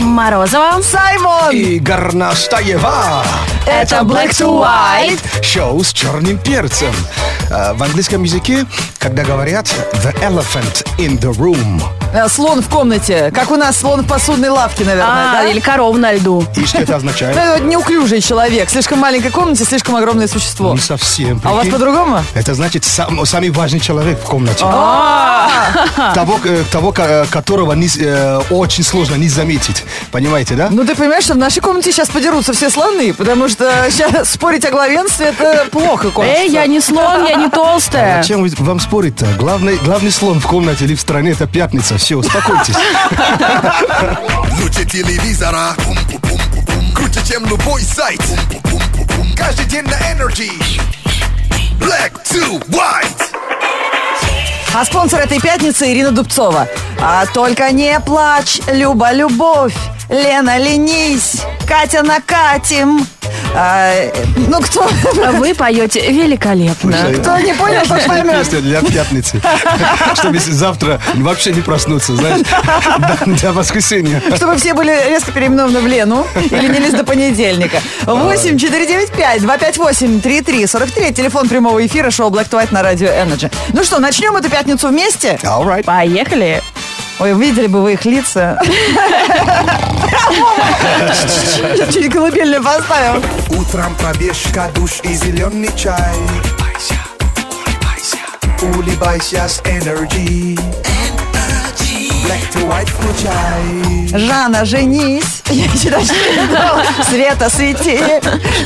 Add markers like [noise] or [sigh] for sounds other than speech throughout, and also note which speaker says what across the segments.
Speaker 1: Морозова.
Speaker 2: Саймон!
Speaker 3: И Горнаштаева.
Speaker 1: Это Black to White.
Speaker 3: Шоу с черным перцем. Э, В английском языке, когда говорят «the elephant in the room»,
Speaker 2: Э, Слон в комнате. Как у нас слон в посудной лавке, наверное,
Speaker 1: А,
Speaker 2: да?
Speaker 1: или коров на льду.
Speaker 3: и что
Speaker 2: [laughs]
Speaker 3: это
Speaker 2: Ну,
Speaker 3: означает?
Speaker 2: это вот неуклюжий человек. Слишком маленькой комнате, слишком огромное существо.
Speaker 3: Не совсем.
Speaker 2: А у вас
Speaker 3: прикинь?
Speaker 2: по-другому?
Speaker 3: Это значит сам- самый важный человек в комнате. [laughs] Того, э, того, ко- которого не с- э, очень сложно не заметить. Понимаете, да?
Speaker 2: Ну, ты понимаешь, что в нашей комнате сейчас подерутся все слоны, потому что [laughs] сейчас спорить о главенстве это плохо кончится.
Speaker 1: Эй, я не слон, я не толстая.
Speaker 3: Зачем А вы- вам спорить-то? Главный, главный слон в комнате или в стране это пятница. Все, успокойтесь.
Speaker 4: Лучше телевизора. Бум-бум-бум-бум. Круче, чем любой сайт. Бум-бум-бум-бум. Каждый день на Energy. Black to white.
Speaker 2: А спонсор этой пятницы Ирина Дубцова. А только не плачь, Люба, любовь, Лена, ленись, Катя, накатим. А, э, ну, кто, [laughs]
Speaker 1: Вы поете великолепно.
Speaker 2: кто не понял, тот поймет.
Speaker 3: Песня для пятницы.
Speaker 2: [laughs]
Speaker 3: Чтобы если завтра вообще не проснуться, знаешь, до- до воскресенья.
Speaker 2: Чтобы все были резко переименованы в Лену и ленились до понедельника. 8 495 258 3343 Телефон прямого эфира шоу Black to White на радио Energy. Ну что, начнем эту пятницу вместе?
Speaker 3: All right.
Speaker 1: Поехали.
Speaker 2: Ой, видели бы вы их лица. Я чуть колыбельную поставил.
Speaker 4: Утром пробежка, душ и зеленый чай. Улыбайся с Energy. Black to white включай.
Speaker 2: Жанна, женись. Я считаю, что я дала. Света, свети.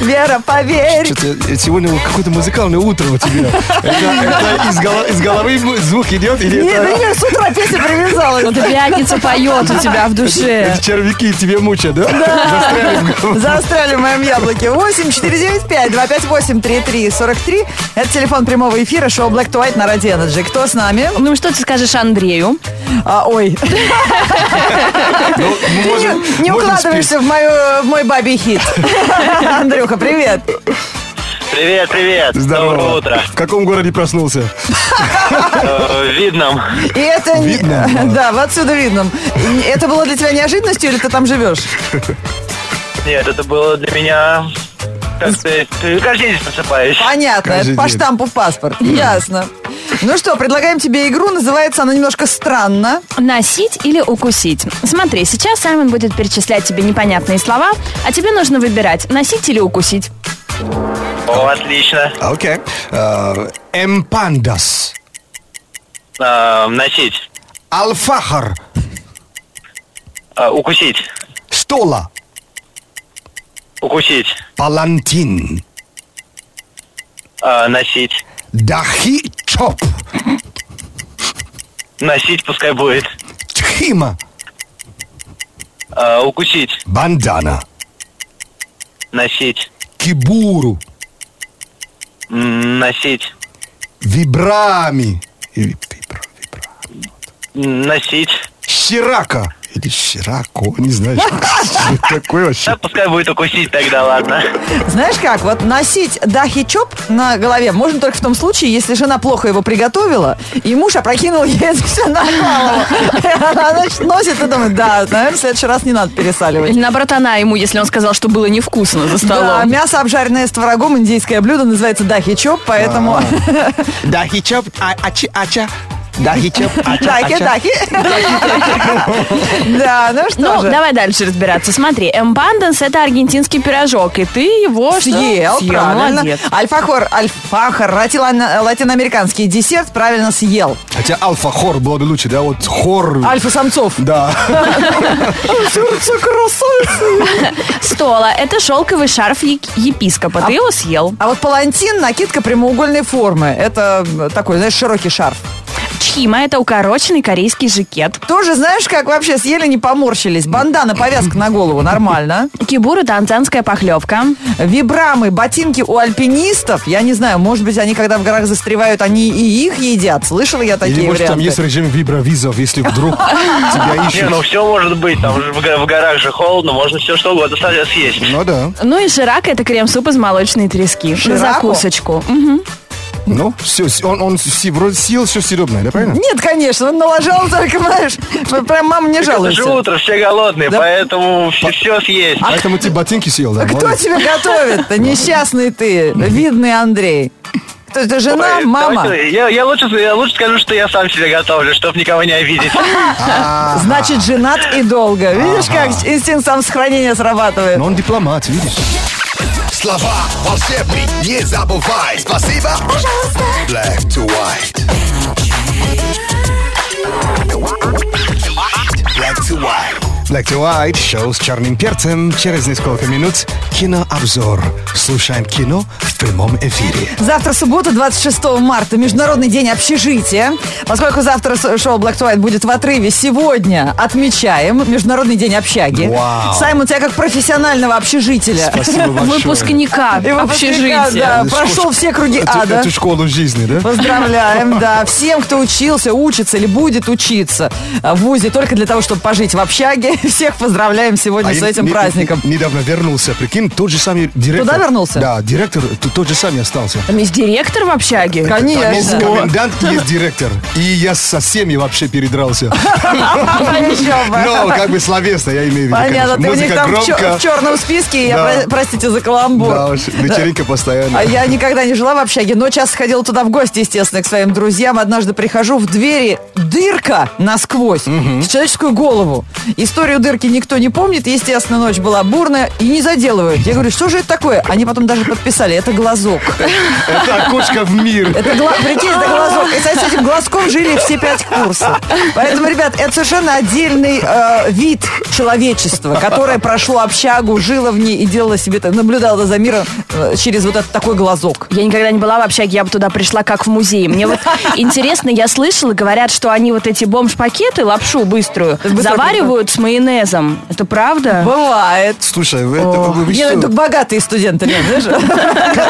Speaker 2: Вера, поверь.
Speaker 3: Что-то сегодня вот какое-то музыкальное утро у тебя. Это, это из, голо- из головы му- звук идет или
Speaker 2: Не,
Speaker 3: это,
Speaker 2: ну я с утра песня привязалась.
Speaker 1: Вот и пятница поет у тебя в душе.
Speaker 3: эти червяки тебе мучат, да? Застряли
Speaker 2: [laughs]
Speaker 3: в голове.
Speaker 2: Заостряли в моем яблоке. 8 495 258 3343. Это телефон прямого эфира шоу Black to White на Радио Energy. Кто с нами?
Speaker 1: Ну что ты скажешь Андрею?
Speaker 2: А, ой, [laughs]
Speaker 3: Ну, мы можем-
Speaker 2: не, не
Speaker 3: можем
Speaker 2: укладываешься в, мою, в мой бабий хит. [laughs] Андрюха, привет.
Speaker 5: Привет, привет.
Speaker 3: спеть. Здорово.
Speaker 5: Доброе утро.
Speaker 3: В каком городе проснулся?
Speaker 5: Э, Видно.
Speaker 2: И это... не- [laughs]
Speaker 3: Видно?
Speaker 2: Да, вот отсюда видно. Это было для тебя неожиданностью или ты там живешь?
Speaker 5: Нет, это было для меня как сказать, ты каждый день просыпаюсь.
Speaker 2: Понятно,
Speaker 3: Каждый
Speaker 2: это по
Speaker 3: день.
Speaker 2: штампу в паспорт. Ясно. Ну что, предлагаем тебе игру. Называется она немножко странно.
Speaker 1: Носить или укусить? Смотри, сейчас Саймон будет перечислять тебе непонятные слова, а тебе нужно выбирать, носить или укусить.
Speaker 5: О, отлично.
Speaker 3: Окей. Э, Эмпандас.
Speaker 5: Э, Носить.
Speaker 3: Алфахар.
Speaker 5: Э, Укусить.
Speaker 3: Стола.
Speaker 5: Укусить.
Speaker 3: Палантин.
Speaker 5: Э, Носить.
Speaker 3: Дахи чоп.
Speaker 5: Носить пускай будет.
Speaker 3: Тхима.
Speaker 5: Э, Укусить.
Speaker 3: Бандана.
Speaker 5: Носить.
Speaker 3: Кибуру.
Speaker 5: М, Носить.
Speaker 3: Вибрами. Или вибра- вибра.
Speaker 5: М, Носить.
Speaker 3: Щирака. Или Щирако, не знаю, что это такое
Speaker 5: Да,
Speaker 3: вообще.
Speaker 5: пускай будет укусить тогда, ладно.
Speaker 2: Знаешь как, вот носить дахи чоп на голове можно только в том случае, если жена плохо его приготовила, и муж опрокинул ей это все на голову. [laughs] Она, значит, носит и думает, да, наверное, в следующий раз не надо пересаливать.
Speaker 1: Или наоборот, она ему, если он сказал, что было невкусно за
Speaker 2: Да,
Speaker 1: столом.
Speaker 2: мясо, обжаренное с творогом, индийское блюдо, называется дахи чоп, поэтому...
Speaker 3: Дахи чоп, а- ачи, ача. Дахи чоп,
Speaker 2: [laughs]
Speaker 3: ача,
Speaker 2: Дахи,
Speaker 3: ача.
Speaker 2: дахи. Да, ну что
Speaker 1: Ну,
Speaker 2: же.
Speaker 1: давай дальше разбираться. Смотри, эмпанданс это аргентинский пирожок, и ты его что?
Speaker 2: Съел, правильно.
Speaker 1: молодец.
Speaker 2: Альфахор, альфахор, латино- латиноамериканский десерт, правильно съел.
Speaker 3: Хотя альфа-хор было бы лучше, да, вот хор.
Speaker 2: Альфа-самцов.
Speaker 3: Да.
Speaker 1: Стола это шелковый шарф е- епископа, ты его съел.
Speaker 2: А вот палантин накидка прямоугольной формы. Это м, такой, знаешь, широкий шарф.
Speaker 1: Чхима это укороченный корейский жакет.
Speaker 2: Тоже, знаешь, как вообще съели, не поморщились. Бандана, повязка на голову, нормально.
Speaker 1: Кибур это танзанская похлебка.
Speaker 2: Вибрамы, ботинки у альпинистов. Я не знаю, может быть, они когда в горах застревают, они и их едят. Слышала я такие
Speaker 3: Или может там
Speaker 2: варианты.
Speaker 3: есть режим вибровизов, если вдруг тебя
Speaker 5: Не,
Speaker 3: ищут.
Speaker 5: ну все может быть, там же в го- в горах же холодно, можно все что угодно со- съесть.
Speaker 3: Ну да.
Speaker 1: Ну и ширака это крем-суп из молочной трески. На
Speaker 2: Шираку?
Speaker 1: закусочку. Мгм.
Speaker 3: Ну, все, он, он си- вроде съел все съедобное, да, правильно?
Speaker 2: Нет, конечно, он налажал только, знаешь, прям мама не
Speaker 5: Это же
Speaker 2: жалуется.
Speaker 5: утро, все голодные,
Speaker 2: Да.
Speaker 5: поэтому все, съесть.
Speaker 3: Поэтому ты ботинки съел, да?
Speaker 2: Кто
Speaker 3: молодец.
Speaker 2: тебя готовит-то? Несчастный ты, видный Андрей. Кто это, жена,
Speaker 5: Ой,
Speaker 2: мама?
Speaker 5: давайте, Я, я лучше, я лучше скажу, что я сам себе готовлю, чтобы никого не обидеть.
Speaker 2: Значит, женат и долго. Видишь, как инстинкт самосохранения срабатывает?
Speaker 3: Но Ну, он дипломат, видишь?
Speaker 4: Слова волшебные, не забывай. Спасибо. Пожалуйста. Black to white. Black to white.
Speaker 3: Black to White, шоу с черным перцем. Через несколько минут кинообзор. Слушаем кино в прямом эфире.
Speaker 2: Завтра суббота, 26 марта, Международный день общежития. Поскольку завтра с- шоу Black to White будет в отрыве, сегодня отмечаем Международный день общаги.
Speaker 3: Вау.
Speaker 2: Саймон, тебя как профессионального общежития. [laughs]
Speaker 3: Спасибо большое.
Speaker 1: Выпускника
Speaker 2: И выпускника,
Speaker 1: общежития.
Speaker 2: да. прошел все круги
Speaker 3: Эту-
Speaker 2: ада.
Speaker 3: Эту школу жизни, да?
Speaker 2: Поздравляем,
Speaker 3: [laughs]
Speaker 2: да. Всем, кто учился, учится или будет учиться а, в ВУЗе только для того, чтобы пожить в общаге. [laughs] Всех поздравляем сегодня
Speaker 3: А
Speaker 2: с
Speaker 3: я
Speaker 2: этим
Speaker 3: не-
Speaker 2: праздником.
Speaker 3: не- Недавно вернулся, прикинь, тот же самый директор.
Speaker 2: Туда вернулся?
Speaker 3: Да, директор т- тот же самый остался.
Speaker 1: Там есть директор в общаге?
Speaker 3: Там есть
Speaker 2: Конечно.
Speaker 3: комендант, есть директор. И я со всеми вообще передрался.
Speaker 2: Еще бы.
Speaker 3: Но как бы словесно, я имею в виду.
Speaker 2: Понятно,
Speaker 3: конечно.
Speaker 2: ты у них
Speaker 3: Музыка
Speaker 2: там в чер-
Speaker 3: громко.
Speaker 2: в черном списке, я,
Speaker 3: Да.
Speaker 2: про- простите за каламбур.
Speaker 3: Да, уж, вечеринка постоянно.
Speaker 2: А я никогда не жила в общаге, но часто ходила туда в гости, естественно, к своим друзьям. Однажды прихожу, в двери дырка насквозь, в человеческую голову. Историю дырки никто не помнит, естественно, ночь была бурная, и не заделывают. Я говорю, что же это такое? Они потом даже подписали, это глазок.
Speaker 3: Это окошко в мир.
Speaker 2: [laughs] Это гла... прикинь, это глазок. И кстати, с этим глазком жили все пять курсов. Поэтому, ребят, это совершенно отдельный э, вид человечества, которое прошло общагу, жило в ней и делало себе, так- наблюдало за миром э, через вот этот такой глазок.
Speaker 1: Я никогда не была в общаге, я бы туда пришла как в музей. Мне [laughs] вот интересно, я слышала, говорят, что они вот эти бомж-пакеты, лапшу быструю,
Speaker 2: Быстро
Speaker 1: заваривают с майонезом. Это правда?
Speaker 2: Бывает.
Speaker 3: Слушай, вы это вы- вы
Speaker 2: Не, ну,
Speaker 3: что?
Speaker 2: это богатые студенты, Лен, знаешь?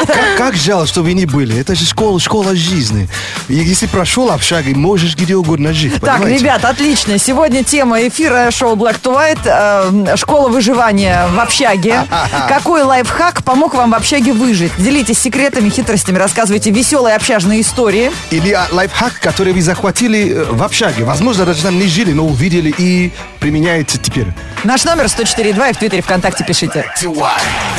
Speaker 3: Как, как жаль, что вы не были. Это же школа, школа жизни. И Если прошел общаг, и можешь где угодно жить.
Speaker 2: Так,
Speaker 3: [laughs] понимаете?
Speaker 2: ребят, отлично. Сегодня тема эфира шоу Black to White. э, школа выживания в
Speaker 3: [laughs]
Speaker 2: общаге. Какой лайфхак помог вам в общаге выжить? Делитесь секретами, хитростями, рассказывайте веселые общажные истории.
Speaker 3: Или а, лайфхак, который вы захватили э, в общаге. Возможно, даже там не жили, но увидели и применяете теперь.
Speaker 2: Наш номер 104.2 и в Твиттере ВКонтакте пишите.
Speaker 4: To white.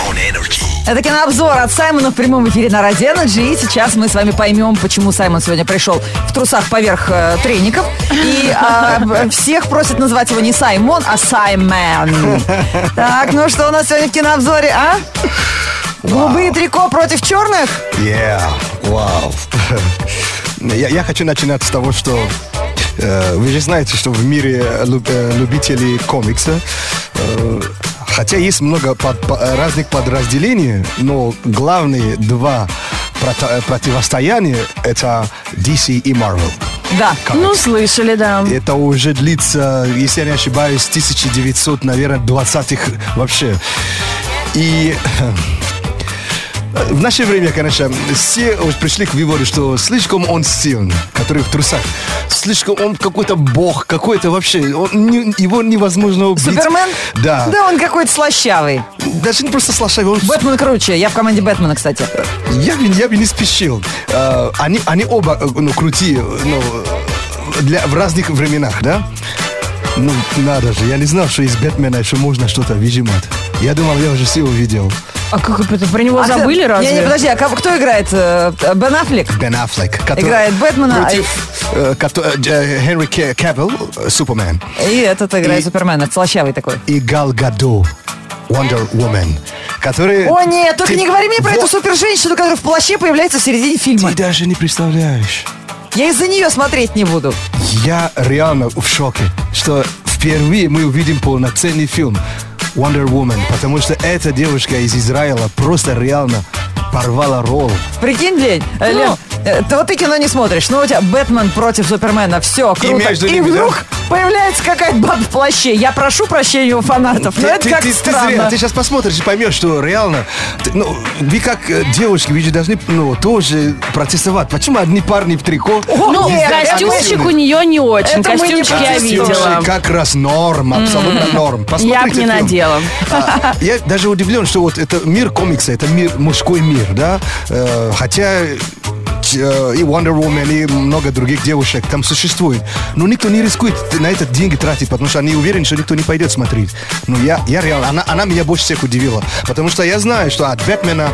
Speaker 4: On energy.
Speaker 2: Это кинообзор от Саймона в прямом эфире на Радио Energy. И сейчас мы с вами поймем, почему Саймон сегодня пришел в трусах поверх э, треников. И э, б- [laughs] всех просят назвать его не Саймон, а Саймон. Так, ну что у нас сегодня в кинообзоре, а? Голубые трико против черных?
Speaker 3: Yeah, вау. [laughs] Я, я хочу начинать с того, что э, вы же знаете, что в мире э, лю- э, любителей комикса, э, хотя есть много под- по- э, разных подразделений, но главные два прото- э, противостояния это DC и Marvel.
Speaker 2: Да.
Speaker 1: Ну, слышали, да.
Speaker 3: Это уже длится, если я не ошибаюсь, с 1900, наверное, 20-х вообще. И [laughs] э, в наше время, конечно, все уж пришли к выводу, что слишком он силен, который в трусах. Слишком он какой-то бог, какой-то вообще. он не- его невозможно убить.
Speaker 2: Супермен?
Speaker 3: Да.
Speaker 2: Да, он какой-то слащавый.
Speaker 3: Даже не просто слащавый, он
Speaker 2: Бэтмен круче. Я в команде Бэтмена, кстати.
Speaker 3: я бы, я бы не спешил. Э, Они, они оба э, ну, крутые, ну, э, для, в разных временах, да? Ну, надо же, я не знал, что из Бэтмена еще можно что-то выжимать. Я думал, я уже все увидел.
Speaker 1: А как это? Про него
Speaker 2: А ты-
Speaker 1: забыли разве?
Speaker 2: Не, не, подожди, а кого- кто играет? э, Бен Аффлек?
Speaker 3: Бен Аффлек. который-
Speaker 2: Играет Бэтмена, а-
Speaker 3: Против э, кото- э, Дж- э, Хенри Кэ- Кавилл, э, Супермен.
Speaker 2: И этот играет
Speaker 3: И-
Speaker 2: Супермена, слащавый такой.
Speaker 3: И Гал Гадо, Wonder Woman. Которые...
Speaker 2: О нет, только
Speaker 3: Ты-
Speaker 2: не говори мне про эту
Speaker 3: Вот.
Speaker 2: супер-женщину, которая в плаще появляется в середине фильма.
Speaker 3: Ты даже не представляешь.
Speaker 2: Я из-за нее смотреть не буду.
Speaker 3: Я реально в шоке, что впервые мы увидим полноценный фильм Wonder Woman, потому что эта девушка из Израиля просто реально порвала ролл.
Speaker 2: Прикинь, Лень,
Speaker 3: Ну.
Speaker 2: э, Лен, э, ты вот ты кино не смотришь, но у тебя Бэтмен против Супермена, все, круто.
Speaker 3: между ними,
Speaker 2: вдруг
Speaker 3: да?
Speaker 2: появляется какая-то баба в плаще. Я прошу прощения у фанатов, но Ну, это как странно.
Speaker 3: ты сейчас посмотришь и поймешь, что реально, ты- ну, вы как э, девушки, вы же должны ну, тоже протестовать. Почему одни парни в трико?
Speaker 2: О,
Speaker 1: Ну,
Speaker 2: нет,
Speaker 1: костюмчик
Speaker 3: объективно.
Speaker 1: у нее не очень.
Speaker 2: Это мы не
Speaker 1: Костюмчик я
Speaker 2: протестуем.
Speaker 1: видела.
Speaker 3: Девушки как раз норм, абсолютно норм.
Speaker 1: Я б
Speaker 3: Посмотрите
Speaker 1: не
Speaker 3: фильм.
Speaker 1: надела.
Speaker 3: А, Я даже удивлен, что вот это мир комикса, это мир, мужской мир, да? Э, Хотя э, и Wonder Woman, и много других девушек там существует. Но никто не рискует на это деньги тратить, потому что они уверены, что никто не пойдет смотреть. Но я, я реально, она, она меня больше всех удивила. Потому что я знаю, что от Бэтмена,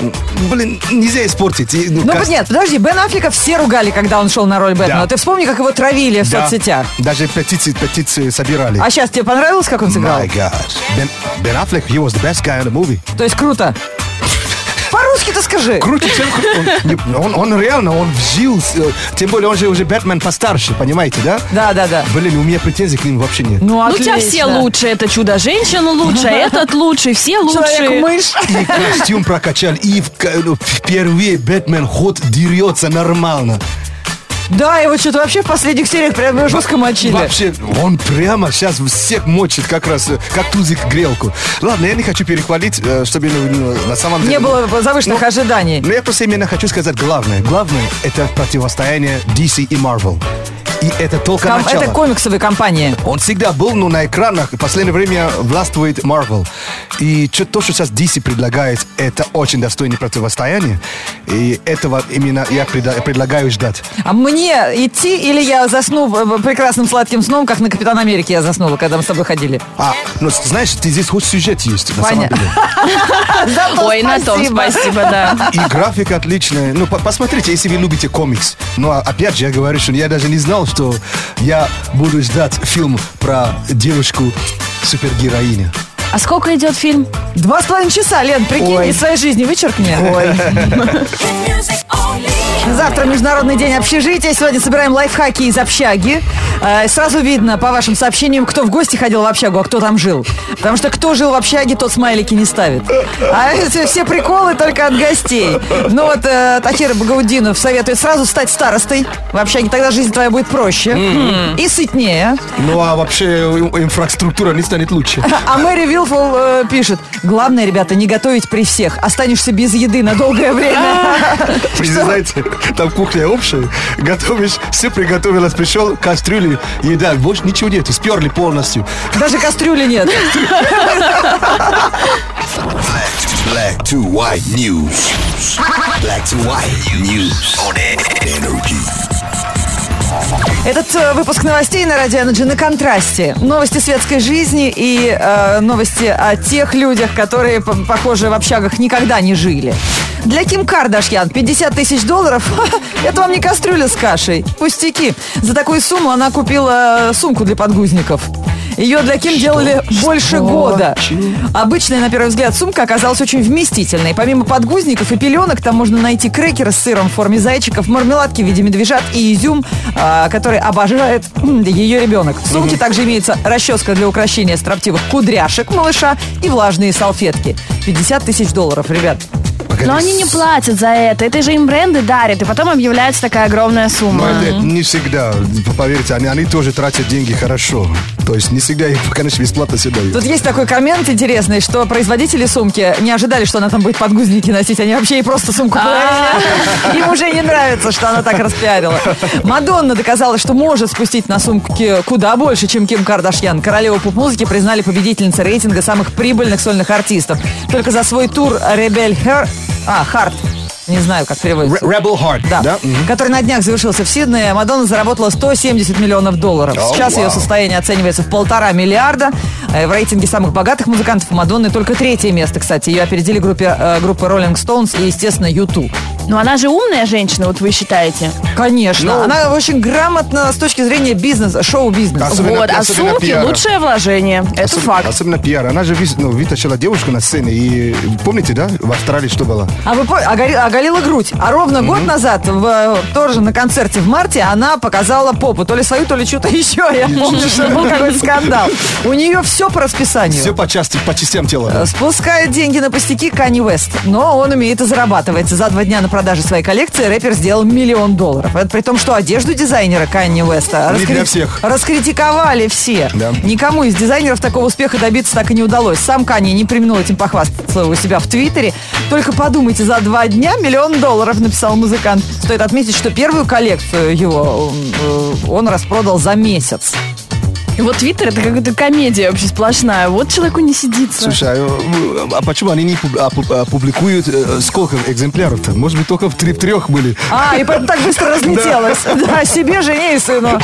Speaker 3: м, блин, нельзя испортить. И,
Speaker 2: Ну,
Speaker 3: каст-
Speaker 2: нет, подожди, Бен Аффлека все ругали, когда он шел на роль Бэтмена.
Speaker 3: Да.
Speaker 2: Ты вспомни, как его травили в
Speaker 3: Да.
Speaker 2: соцсетях.
Speaker 3: Даже петиции, петиции собирали.
Speaker 2: А сейчас тебе понравилось, как он сыграл?
Speaker 3: Oh My God. Ben, Ben Affleck, he was the best guy in the movie.
Speaker 2: То есть круто.
Speaker 3: [laughs]
Speaker 2: По-русски-то скажи.
Speaker 3: Круче, чем... кру- Он, он, он реально, он вжился. Тем более, он же уже Бэтмен постарше, понимаете, да?
Speaker 2: Да, да, да.
Speaker 3: Блин, у меня претензий к ним вообще нет.
Speaker 2: Ну,
Speaker 1: Ну, у тебя все лучше. Это чудо-женщина лучше, а этот лучше, все лучше.
Speaker 2: Человек-мышь.
Speaker 3: И костюм прокачал, и в- ну, впервые Бэтмен ход дерется нормально.
Speaker 2: Да, его что-то вообще в последних сериях прям жестко мочили.
Speaker 3: Вообще, он прямо сейчас всех мочит, как раз, э, как тузик грелку. Ладно, я не хочу перехвалить, э, чтобы ну, ну, на самом деле...
Speaker 2: Не было завышенных
Speaker 3: Ну,
Speaker 2: ожиданий.
Speaker 3: Но я просто именно хочу сказать главное. Главное – это противостояние DC и Marvel. И это только
Speaker 2: Ком-
Speaker 3: начало.
Speaker 2: это комиксовые компании.
Speaker 3: Он всегда был, но на экранах в последнее время властвует Marvel. И чё- то, что сейчас DC предлагает, это очень достойное противостояние. И этого именно я преда- предлагаю ждать.
Speaker 2: А мне идти или я засну э, прекрасным сладким сном, как на Капитан Америки я заснула, когда мы с тобой ходили?
Speaker 3: А, ну, знаешь, ты здесь хоть сюжет есть, на самом
Speaker 2: Понятно.
Speaker 3: деле.
Speaker 1: Ой, на том спасибо, да.
Speaker 3: И графика отличная. Ну, по- посмотрите, если вы любите комикс. Но а, опять же, я говорю, что я даже не знал, что я буду ждать фильм про девушку супергероиню.
Speaker 1: А сколько идет фильм?
Speaker 2: Два с половиной часа, Лен, прикинь,
Speaker 3: Ой.
Speaker 2: из своей жизни вычеркни.
Speaker 6: Music only.
Speaker 2: [laughs] Завтра Международный день общежития. Сегодня собираем лайфхаки из общаги. Э, Сразу видно по вашим сообщениям, кто в гости ходил в общагу, а кто там жил. Потому что кто жил в общаге, тот смайлики не ставит. А [laughs] эти все приколы только от гостей. Ну вот э, Тахир Багаудинов советует сразу стать старостой в общаге. Тогда жизнь твоя будет проще и сытнее.
Speaker 3: Ну, а вообще ин- инфраструктура не
Speaker 1: [laughs]
Speaker 3: станет лучше.
Speaker 2: [laughs] А Мэри Вилфул э, пишет, главное, ребята, не готовить при всех. Останешься без еды на долгое время. [laughs]
Speaker 3: Вы же знаете, там кухня общая. Готовишь, все приготовилось, пришел, кастрюли, еда, больше ничего нету, сперли полностью.
Speaker 2: Даже кастрюли нет.
Speaker 4: Black to white news. Black to white news on energy.
Speaker 2: Этот э, выпуск новостей на Радио Energy на контрасте. Новости светской жизни и э, новости о тех людях, которые, п- похоже, в общагах никогда не жили. Для Ким Кардашьян 50 тысяч долларов – [laughs] это вам не кастрюля с кашей. Пустяки. За такую сумму она купила э, сумку для подгузников. Ее для Ким делали больше года. Обычная, на первый взгляд, сумка оказалась очень вместительной. Помимо подгузников и пеленок, там можно найти крекеры с сыром в форме зайчиков, мармеладки в виде медвежат и изюм, а, который обожает м, ее ребенок. В сумке также имеется расческа для украшения строптивых кудряшек малыша и влажные салфетки. 50 тысяч долларов, ребят.
Speaker 3: Погоди,
Speaker 1: Но они не платят за это. Это же им бренды дарят, и потом объявляется такая огромная
Speaker 3: Но
Speaker 1: сумма.
Speaker 3: Ну, это не всегда, поверьте, они, они тоже тратят деньги хорошо. То есть не всегда их, конечно, бесплатно все дают.
Speaker 2: Тут есть такой коммент интересный, что производители сумки не ожидали, что она там будет подгузники носить. Они вообще ей просто сумку подарили. Им уже не нравится, что она так распиарила. Мадонна доказала, что может спустить на сумке куда больше, чем Ким Кардашьян. Королеву поп-музыки признали победительницей рейтинга самых прибыльных сольных артистов. Только за свой тур «Ребель Хер...» А, «Харт». Не знаю, как переводится.
Speaker 3: Re- Rebel Heart,
Speaker 2: Да,
Speaker 3: да? Мгм.
Speaker 2: который на днях завершился в Сиднее, Мадонна заработала 170 миллионов долларов.
Speaker 3: О,
Speaker 2: Сейчас ее
Speaker 3: вау.
Speaker 2: состояние оценивается в полтора миллиарда. Э, В рейтинге самых богатых музыкантов у Мадонны только третье место, кстати. Ее опередили группе, э, группа Rolling Stones и, естественно, YouTube.
Speaker 1: Но она же умная женщина, вот вы считаете.
Speaker 2: Конечно.
Speaker 3: Ну-
Speaker 2: она очень грамотно с точки зрения бизнеса, шоу-бизнеса.
Speaker 3: Особенно-
Speaker 1: вот, а
Speaker 3: особенно
Speaker 1: сумки
Speaker 3: пиара.
Speaker 1: лучшее вложение. Это
Speaker 3: Особ-
Speaker 1: факт.
Speaker 3: Особенно пиар. Она же вис- ну, вытащила девушку на сцене. И помните, да, в Австралии что было?
Speaker 2: А вы по- огори- оголила грудь. А ровно год назад, в, э, тоже на концерте в марте, она показала попу. То ли свою, то ли [laughs] что-то еще. Я помню, что был какой-то скандал. У нее все по расписанию.
Speaker 3: Все по части, по частям тела.
Speaker 2: Э, Спускает деньги на пустяки Кани Уэст, но он умеет и зарабатывать. За два дня на продаже своей коллекции рэпер сделал миллион долларов. Это при том, что одежду дизайнера Кани Уэста
Speaker 3: Не для всех.
Speaker 2: раскритиковали все.
Speaker 3: Да.
Speaker 2: Никому из дизайнеров такого успеха добиться так и не удалось. Сам Кани не применил этим похвастаться у себя в Твиттере. Только подумайте, за два дня миллион долларов написал музыкант. Стоит отметить, что первую коллекцию его м, э, он распродал за месяц.
Speaker 1: Вот Твиттер это какая-то комедия вообще сплошная. Вот человеку не сидится.
Speaker 3: Слушай, а, а почему они не пуб- а, пуб- а, публикуют э, сколько экземпляров-то? Может быть, только в три- в трех были.
Speaker 2: А, и поэтому так
Speaker 3: [laughs]
Speaker 2: быстро разлетелось. Да, себе, жене и сыну.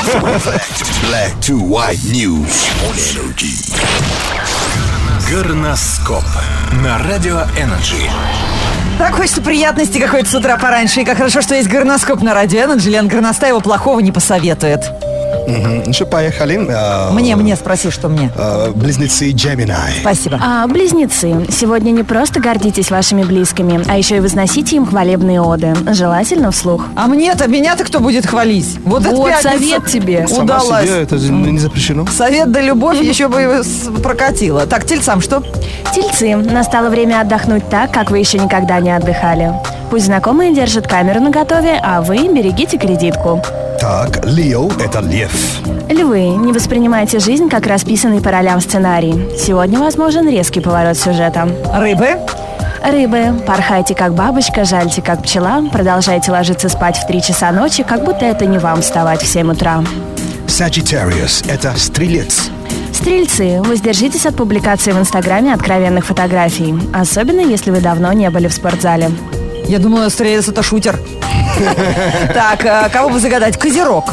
Speaker 4: Black to white news on energy.
Speaker 7: Горноскоп на Радио Энерджи.
Speaker 2: Так хочется приятности какой-то с утра пораньше. И как хорошо, что есть горноскоп на радио. Энерджи. Лен Горностай его плохого не посоветует.
Speaker 3: Ну что, поехали. А,
Speaker 2: Мне, мне, спроси, что мне.
Speaker 3: а, Близнецы Gemini.
Speaker 2: Спасибо.
Speaker 1: А, близнецы, сегодня не просто гордитесь вашими близкими, а еще и возносите им хвалебные оды, желательно вслух.
Speaker 2: А мне-то, меня-то кто будет хвалить? Вот, это
Speaker 1: Вот
Speaker 2: пятница.
Speaker 1: совет тебе.
Speaker 3: Сама
Speaker 2: Удалась.
Speaker 3: себе это же не запрещено.
Speaker 2: Совет
Speaker 1: [laughs]
Speaker 2: да любовь еще бы его с- прокатила. Так, тельцам что?
Speaker 1: Тельцы, настало время отдохнуть так, как вы еще никогда не отдыхали. Пусть знакомые держат камеру наготове, а вы берегите кредитку.
Speaker 3: Так, Лео – это лев.
Speaker 1: Львы, не воспринимайте жизнь как расписанный по ролям сценарий. Сегодня возможен резкий поворот сюжета.
Speaker 2: Рыбы.
Speaker 1: Рыбы, порхайте как бабочка, жальте как пчела, продолжайте ложиться спать в 3 часа ночи, как будто это не вам вставать в 7 утра.
Speaker 3: Sagittarius – это стрелец.
Speaker 1: Стрельцы, воздержитесь от публикации в Инстаграме откровенных фотографий, особенно если вы давно не были в спортзале.
Speaker 2: Я думала, стрелец это
Speaker 3: [laughs]
Speaker 2: шутер. Так, а кого бы загадать? Козерог.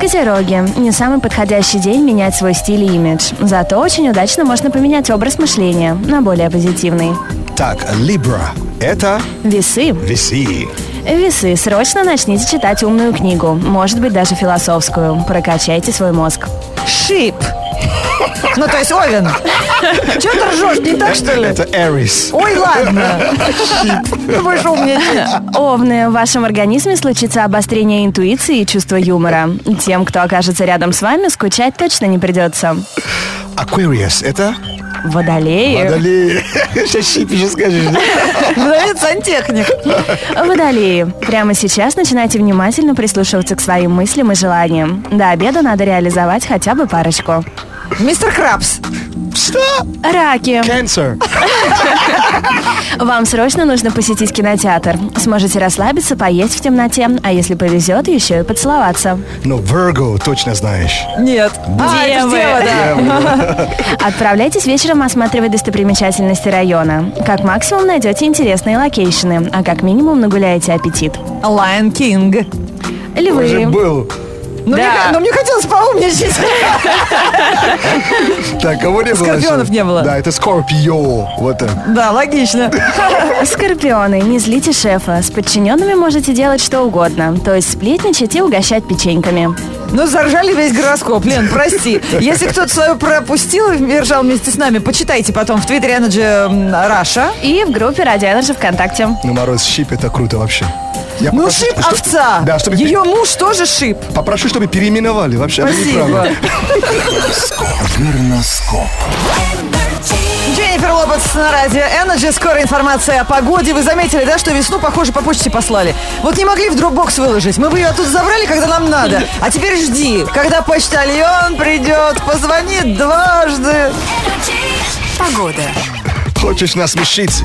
Speaker 1: Козероги. Не самый подходящий день менять свой стиль и имидж. Зато очень удачно можно поменять образ мышления на более позитивный.
Speaker 3: Так, Libra – это
Speaker 1: Весы.
Speaker 3: весы.
Speaker 1: Весы. Срочно начните читать умную книгу, может быть даже философскую. Прокачайте свой мозг.
Speaker 2: Шип. Ну, то есть Овен. Че ты ржешь, не так, что ли?
Speaker 3: Это Aries.
Speaker 2: Ой, ладно. Ты будешь умничать.
Speaker 1: Овны, в вашем организме случится обострение интуиции и чувства юмора. Тем, кто окажется рядом с вами, скучать точно не придется.
Speaker 3: Aquarius – это
Speaker 1: Водолеи.
Speaker 3: водолей. [laughs] Сейчас еще скажешь. да?
Speaker 2: Вдовец сантехник.
Speaker 1: Водолеи, прямо сейчас начинайте внимательно прислушиваться к своим мыслям и желаниям. До обеда надо реализовать хотя бы парочку.
Speaker 2: Мистер Крабс.
Speaker 3: Что?
Speaker 1: Раки,
Speaker 3: Cancer.
Speaker 1: вам срочно нужно посетить кинотеатр. Сможете расслабиться, поесть в темноте, а если повезет, еще и поцеловаться.
Speaker 3: Ну, Virgo точно знаешь.
Speaker 2: Нет. А, это ж
Speaker 1: Девы.
Speaker 2: дева, да.
Speaker 1: Отправляйтесь вечером осматривать достопримечательности района. Как максимум найдете интересные локейшены, а как минимум нагуляете аппетит.
Speaker 2: Лайон Кинг.
Speaker 3: Уже
Speaker 1: Львы,
Speaker 3: был.
Speaker 2: Ну, мне,
Speaker 1: Да.
Speaker 2: ну, мне хотелось поумничать.
Speaker 3: Так, кого не было?
Speaker 2: Скорпионов
Speaker 3: еще?
Speaker 2: не было.
Speaker 3: Да, это Скорпио. Вот э, это.
Speaker 2: Да, логично.
Speaker 1: [laughs] скорпионы, не злите шефа. С подчиненными можете делать что угодно, то есть сплетничать и угощать печеньками.
Speaker 2: Ну, заржали весь гороскоп. Лен, прости. Если кто-то свое пропустил и держал вместе с нами, почитайте потом в Твиттере Energy Раша.
Speaker 1: И в группе Радио Энерджи ВКонтакте.
Speaker 3: Ну, Мороз, щип это круто вообще. Я
Speaker 2: Ну,
Speaker 3: попрошу,
Speaker 2: шип
Speaker 3: что-
Speaker 2: овца.
Speaker 3: Да, чтобы...
Speaker 2: Ее муж тоже шип.
Speaker 3: Попрошу, чтобы переименовали вообще. это
Speaker 2: Спасибо.
Speaker 3: неправда.
Speaker 7: Горноскоп.
Speaker 6: energy,
Speaker 2: Дженнифер Лопес на радио Energy. Скоро информация о погоде. Вы заметили, да, что весну, похоже, по почте послали. Вот не могли в Dropbox выложить. Мы бы ее оттуда забрали, когда нам надо. А теперь жди, когда почтальон придет, позвонит дважды.
Speaker 3: Хочешь нас смешить?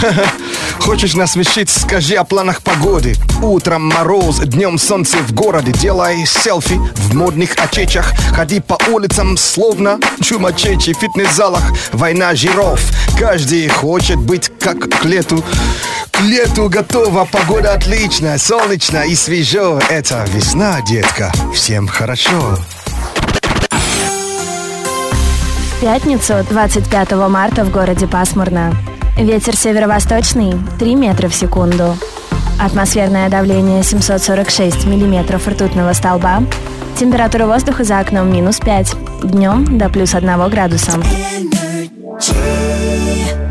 Speaker 3: [laughs] Хочешь нас смешить? Скажи о планах погоды. Утром мороз, днем солнце в городе. Делай селфи в модных очечах. Ходи по улицам, словно чума чечи. В фитнес-залах война жиров. Каждый хочет быть как к лету. К лету готова, погода отличная, солнечно и свежо. Это весна, детка, всем хорошо.
Speaker 1: В пятницу, 25 марта, в городе пасмурно. Ветер северо-восточный 3 метра в секунду. Атмосферное давление 746 миллиметров ртутного столба. Температура воздуха за окном минус 5. Днем до плюс 1 градуса.
Speaker 6: energy.